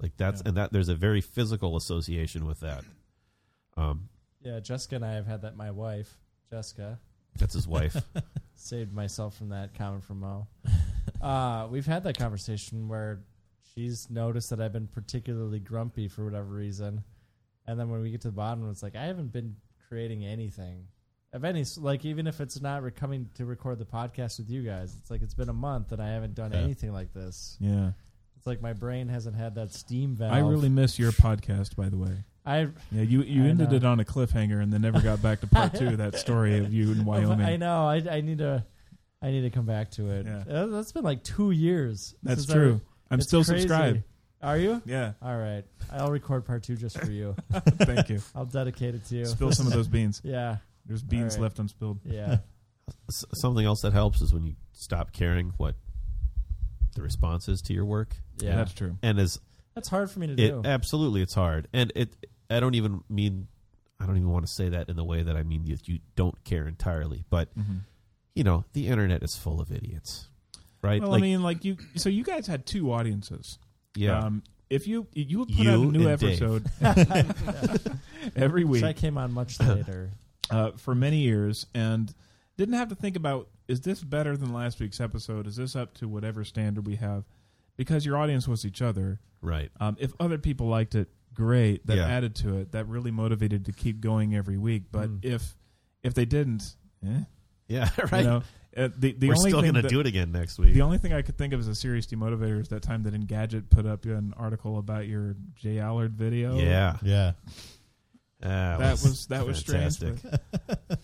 A: Like that's
C: Yeah.
A: and that there's a very physical association with that. Um,
B: yeah. Jessica and I have had that. My wife, Jessica,
A: that's his
B: <laughs>
A: wife.
B: saved myself from that comment from
C: <laughs>
B: Mo. uh, we've had that conversation where she's noticed that I've been particularly grumpy for whatever reason, and then when we get to the bottom, it's like I haven't been creating anything of any s- like even if it's not re- coming to record the podcast with you guys. It's like it's been a month and I haven't done
D: Yeah.
B: anything like this.
C: Yeah,
B: It's like my brain hasn't had that steam valve.
C: I really miss your podcast, by the way.
B: I
C: Yeah, you, you
B: I
C: ended
B: know.
C: it on a cliffhanger and then never got back to part two of that story
B: <laughs>
C: of you in Wyoming.
B: I know. I I need to. I need to come back to it.
C: Yeah.
B: Uh, That's been like two years.
C: That's
B: since I-
C: true. I, am
B: It's
C: still
B: crazy.
C: subscribed.
B: Are you?
C: Yeah,
B: All right. I'll record part two just for
C: <laughs>
B: you. <laughs>
C: thank you.
B: I'll dedicate it to you.
C: Spill some of those beans.
B: <laughs> Yeah.
C: There's beans
B: All right.
C: left unspilled. <laughs>
B: Yeah.
A: S- something else that helps is when you stop caring what the response is to your work.
B: Yeah.
C: that's true.
A: And as
B: That's hard for me to
A: it <laughs>
B: do. <laughs>
A: absolutely it's hard. And it I don't even mean I don't even want to say that in the way that I mean that you don't care entirely, but
C: Mhm.
A: you know, the internet is full of idiots. Right?
C: Well, I mean, like you. So you guys had two audiences.
A: yeah.
C: Um, if you you would put
A: You
C: out a new
A: and Dave.
C: episode
B: <laughs>
C: every
B: Which
C: week
B: I came on much later.
C: uh, for many years and didn't have to think about is this better than last week's episode? Is this up to whatever standard we have? Because your audience was each other.
A: right. <laughs>
C: Um, if other people liked it, great. That
A: Yeah.
C: added to it. That really motivated to keep going every week. But
B: Mm.
C: if if they didn't, eh,
A: Yeah, right.
C: you know, uh, the, the
A: We're
C: only
A: still
C: thing
A: going to
C: that-
A: do it again next week.
C: The only thing I could think of as a serious demotivator is that time that Engadget put up an article about your Jay Allard video.
A: yeah. Ah,
D: Yeah.
A: That,
C: that was that was strange.
A: fantastic.
C: but-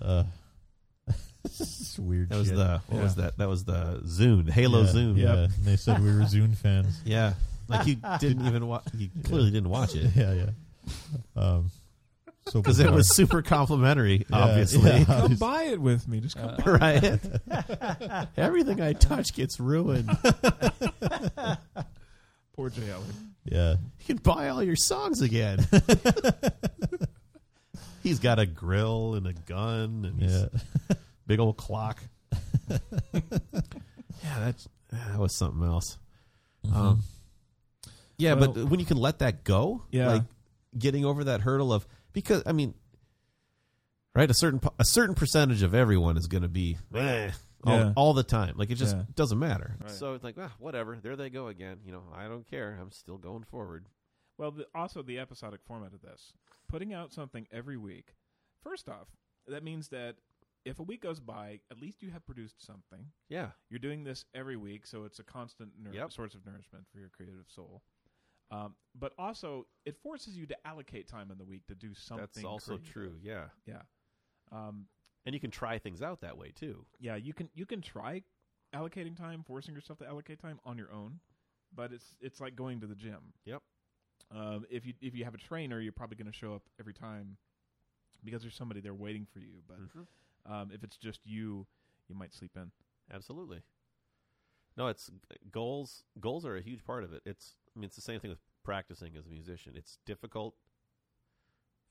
D: Uh, <laughs> it's weird.
A: That was
D: shit.
A: the what
C: Yeah.
A: was that? That was the Zune, Halo
D: yeah,
A: Zune.
D: Yeah. And they said we were Zune fans.
A: Yeah.
C: <laughs>
A: Like you didn't even watch you clearly didn't watch it.
D: <laughs> Yeah. Yeah. Um. <laughs> So
A: Because it
D: bizarre.
A: was super complimentary,
D: Yeah,
A: obviously. <laughs>
D: yeah.
C: Come buy it with me. Just come.
B: Uh,
A: right?
C: <laughs>
A: Everything I touch gets ruined.
C: Poor Jay Allard.
D: Yeah.
A: You can buy all your songs <laughs> again. he's got a grill and a gun and he's
D: Yeah.
A: big old <laughs> clock. yeah, that's, that was something else. Um, yeah, but
C: Well-
A: when you can let that go,
C: Yeah.
A: like getting over that hurdle of because I mean, right? A certain po- a certain percentage of everyone is going to be "Eh," all,
C: Yeah.
A: all the time. Like it just
C: Yeah.
A: doesn't matter.
C: Right.
A: So it's like ah, whatever. There they go again. You know, I don't care. I'm still going forward.
C: Well, the, also the episodic format of this, putting out something every week. First off, that means that if a week goes by, at least you have produced something.
A: Yeah,
C: You're doing this every week, so it's a constant nour-
A: Yep.
C: source of nourishment for your creative soul. Um, but also, it forces you to allocate time in the week to do something.
A: That's also
C: creative.
A: true. Yeah.
C: Yeah, Um,
A: And you can try things out that way too.
C: yeah. You can you can try allocating time, forcing yourself to allocate time on your own, but it's it's like going to the gym.
A: Yep.
C: Um, if you if you have a trainer, you're probably going to show up every time because there's somebody there waiting for you. But
A: Mm-hmm.
C: um, if it's just you, you might sleep in.
A: Absolutely. No, it's goals. Goals are a huge part of it. It's I mean, it's the same thing with practicing as a musician. It's difficult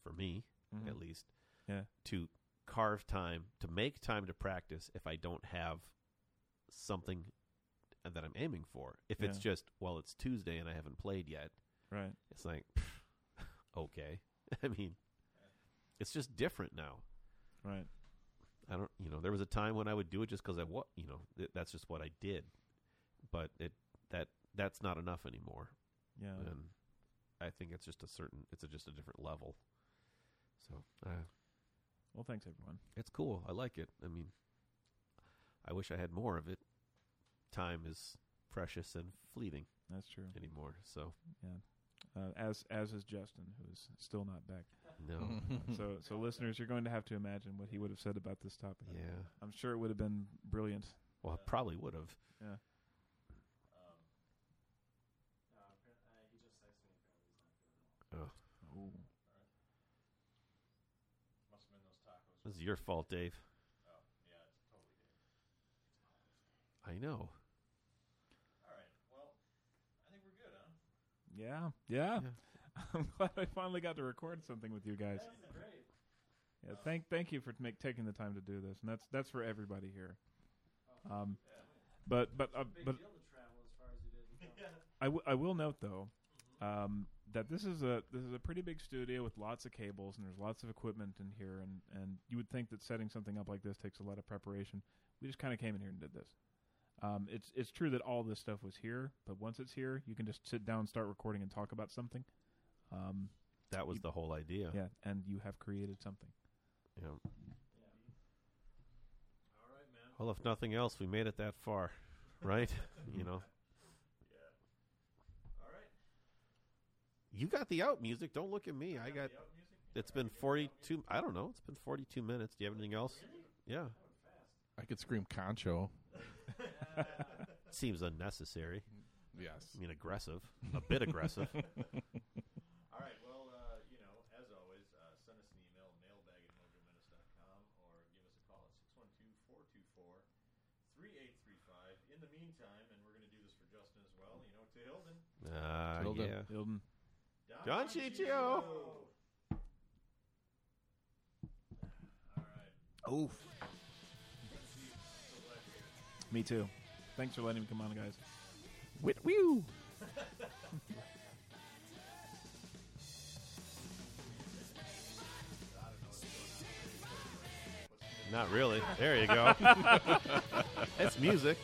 A: for me, at least,
C: Mm-hmm. Yeah,
A: to carve time to make time to practice if I don't have something that I'm aiming for. If it's
C: Yeah.
A: just well, it's Tuesday and I haven't played yet,
C: right.
A: it's like <laughs> okay. <laughs> I mean, it's just different now.
C: Right.
A: I don't, you know, there was a time when I would do it just because I what, you know, th- that's just what I did. But it that that's not enough anymore,
C: Yeah.
A: and I think it's just a certain, it's a, just a different level. So uh,
C: Well, thanks everyone.
A: it's cool. I like it. I mean, I wish I had more of it. Time is precious and fleeting
C: That's true.
A: anymore. So
C: Yeah. Uh, as as is Justin, who is still not back.
F: Mm-hmm.
A: no,
C: so so listeners, you're going to have to imagine what he would have said about this topic.
A: yeah.
C: I'm sure it would have been brilliant.
A: Well, I probably would have.
C: Yeah.
A: Oh,
C: Ooh.
A: this is your fault, Dave. I know.
C: Yeah. Yeah. <laughs> I'm glad I finally got to record something with you guys. Yeah, thank thank you for make, taking the time to do this, and that's that's for everybody here. Um, but but uh, but <laughs> I, w- I will note though um, that this is a this is a pretty big studio with lots of cables and there's lots of equipment in here and and you would think that setting something up like this takes a lot of preparation. We just kind of came in here and did this. Um, it's it's true that all this stuff was here, but once it's here, you can just sit down, start recording, and talk about something. Um,
A: That was
C: You-
A: the whole idea.
C: yeah, and you have created something.
A: Yeah. All right, man. Well, if nothing else, we made it that <laughs> far, right? you know. Yeah. All right. You got the out music. Don't look at me. I, got. It's been forty-two. I don't know. It's been forty-two minutes. Do you have anything else? Yeah.
F: I could scream concho.
A: Seems unnecessary.
F: Yes.
A: I mean, aggressive. A bit aggressive.
G: All right. Well, uh, you know, as always, uh, send us an email, mailbag at mojomenace.com, or give us a call at 612 424 3835. In the meantime, and we're going to do this for Justin as well, you know, to Hilden.
A: Ah,
F: Tilda.
A: yeah.
C: Hilden,
G: <sighs>
A: Don Ciccio.
C: me too. Thanks for letting me come on, guys.
A: Wit whew.
G: <laughs>
A: Not really. There you go. That's music.